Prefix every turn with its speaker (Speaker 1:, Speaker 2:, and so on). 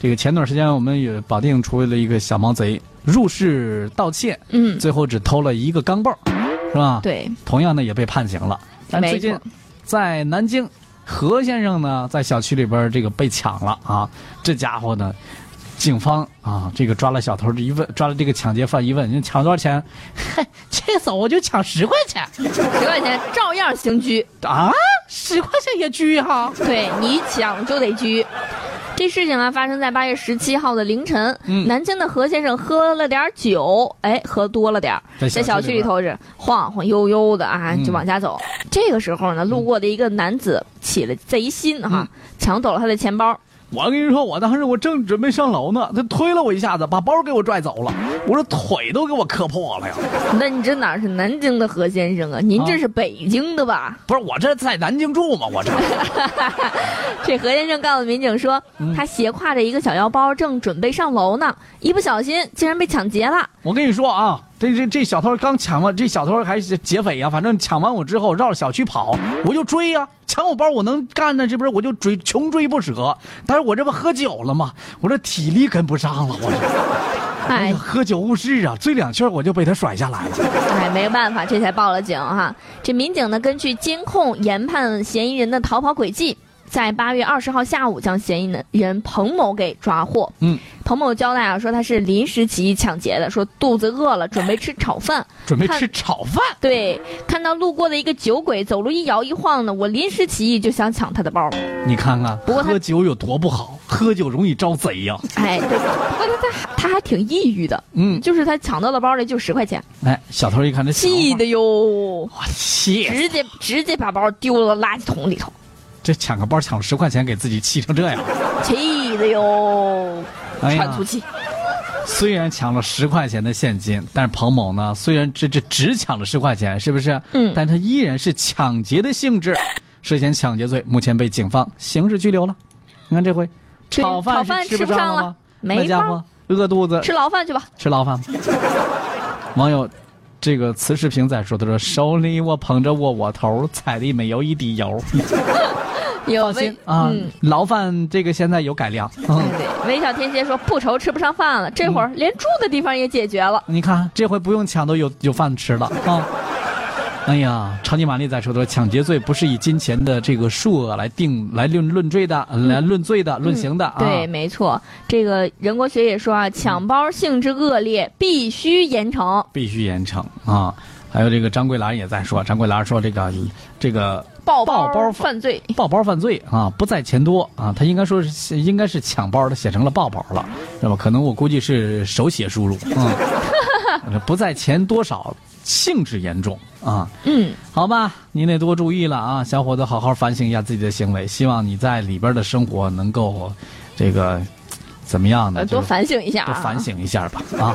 Speaker 1: 这个前段时间我们也保定出了一个小毛贼，入室盗窃，
Speaker 2: 嗯，
Speaker 1: 最后只偷了一个钢镚儿，是吧？，
Speaker 2: 对，
Speaker 1: 同样呢也被判刑了。但
Speaker 2: 没
Speaker 1: 最近
Speaker 2: 错
Speaker 1: 在南京，何先生呢在小区里边儿这个被抢了啊，这家伙呢。警方啊，这个抓了小偷，这一问，抓了这个抢劫犯，一问，你抢了多少钱？嘿， 这次我就抢十块钱
Speaker 2: 十块钱照样刑拘，
Speaker 1: 啊，十块钱也拘哈、
Speaker 2: 对你抢就得拘。这事情啊，发生在八月十七号的凌晨。
Speaker 1: 嗯
Speaker 2: 南京的何先生喝了点儿酒，哎，喝多了点儿，
Speaker 1: 在
Speaker 2: 在
Speaker 1: 小
Speaker 2: 小
Speaker 1: 区
Speaker 2: 区
Speaker 1: 里
Speaker 2: 里头是晃晃悠悠的啊，
Speaker 1: 嗯
Speaker 2: 就往家走。这个时候呢，路过的一个男子起了贼心
Speaker 1: 嗯
Speaker 2: 哈，抢走了他的钱包。
Speaker 1: 我跟你说，我当时我正准备上楼呢，他推了我一下子，把包给我拽走了，我这腿都给我磕破了呀！
Speaker 2: 那你这哪是南京的何先生啊？您
Speaker 1: 啊
Speaker 2: 这是北京的吧？
Speaker 1: 不是我这在南京住嘛，我这
Speaker 2: 这何先生告诉民警说，他斜挎着一个小腰包，正准备上楼呢，一不小心竟然被抢劫了。
Speaker 1: 我跟你说啊，这这这小偷刚抢完，这小偷还是劫匪呀、反正抢完我之后绕着小区跑，我就追呀、抢我包我能干呢，这不是我就追，穷追不舍。但是我这不喝酒了吗？我这体力跟不上了，我这
Speaker 2: 哎
Speaker 1: 喝酒误事啊，追两圈我就被他甩下来了。
Speaker 2: 哎，没办法，这才报了警哈。这民警呢，根据监控研判嫌疑人的逃跑轨迹，在八月二十号下午将嫌疑人彭某给抓获。
Speaker 1: 嗯，
Speaker 2: 彭某交代啊，说他是临时起意抢劫的，说肚子饿了，准备吃炒饭。
Speaker 1: 准备
Speaker 2: 看
Speaker 1: 吃炒饭，
Speaker 2: 对，看到路过的一个酒鬼走路一摇一晃的，我临时起意就想抢他的包。
Speaker 1: 你看看
Speaker 2: 不过他
Speaker 1: 喝酒有多不好，喝酒容易招贼呀、
Speaker 2: 哎，对不过他他还他还挺抑郁的，
Speaker 1: 嗯，
Speaker 2: 就是他抢到了包里就十块钱，
Speaker 1: 哎，小偷一看这
Speaker 2: 气的哟，
Speaker 1: 哇，气！
Speaker 2: 直接直接把包丢了垃圾桶里头，
Speaker 1: 这抢个包抢十块钱，给自己气成这样。
Speaker 2: 气的哟，
Speaker 1: 哎
Speaker 2: 喘
Speaker 1: 呀
Speaker 2: 粗，气。
Speaker 1: 虽然抢了十块钱的现金，但是彭某呢，虽然这这只抢了十块钱，是不是？
Speaker 2: 嗯
Speaker 1: 但他依然是抢劫的性质，涉嫌抢劫罪，目前被警方刑事拘留了。你看这回
Speaker 2: 对
Speaker 1: 炒
Speaker 2: 炒
Speaker 1: 饭
Speaker 2: 饭
Speaker 1: 是吃
Speaker 2: 吃不
Speaker 1: 上
Speaker 2: 上
Speaker 1: 了
Speaker 2: 了
Speaker 1: 吗？
Speaker 2: 没
Speaker 1: 那家
Speaker 2: 包
Speaker 1: 伙饿肚子
Speaker 2: 吃牢饭去吧。
Speaker 1: 吃牢 饭吧。网友，这个此视频在说，他说手里我捧着窝窝头，踩地没有一滴油。
Speaker 2: 有
Speaker 1: 放心
Speaker 2: 微
Speaker 1: 啊
Speaker 2: 嗯，
Speaker 1: 牢饭这个现在有改良。嗯
Speaker 2: 对对，微笑天蝎说不愁吃不上饭了，这会儿连住的地方也解决了。
Speaker 1: 你看，这回不用抢都有有饭吃了啊！哎呀，超级玛丽在说说，抢劫罪不是以金钱的这个数额来定来论论罪的，来论罪的、论刑的啊。
Speaker 2: 嗯对，，没错，这个任国学也说啊，抢包性质恶劣，必须严惩，
Speaker 1: 必须严惩啊！还有这个张桂兰也在说，张桂兰说这个这个
Speaker 2: 爆
Speaker 1: 爆包
Speaker 2: 包犯罪。
Speaker 1: 爆包犯罪啊，不在钱多啊，他应该说是应该是抢包的，写成了爆包了，是吧？可能我估计是手写输入啊，不在钱多少，性质严重啊。
Speaker 2: 嗯，
Speaker 1: 好吧，您得多注意了啊，小伙子，好好反省一下自己的行为。希望你在里边的生活能够，这个怎么样呢？
Speaker 2: 呃，多
Speaker 1: 就是
Speaker 2: 反省一下啊，
Speaker 1: 多反省一下吧啊。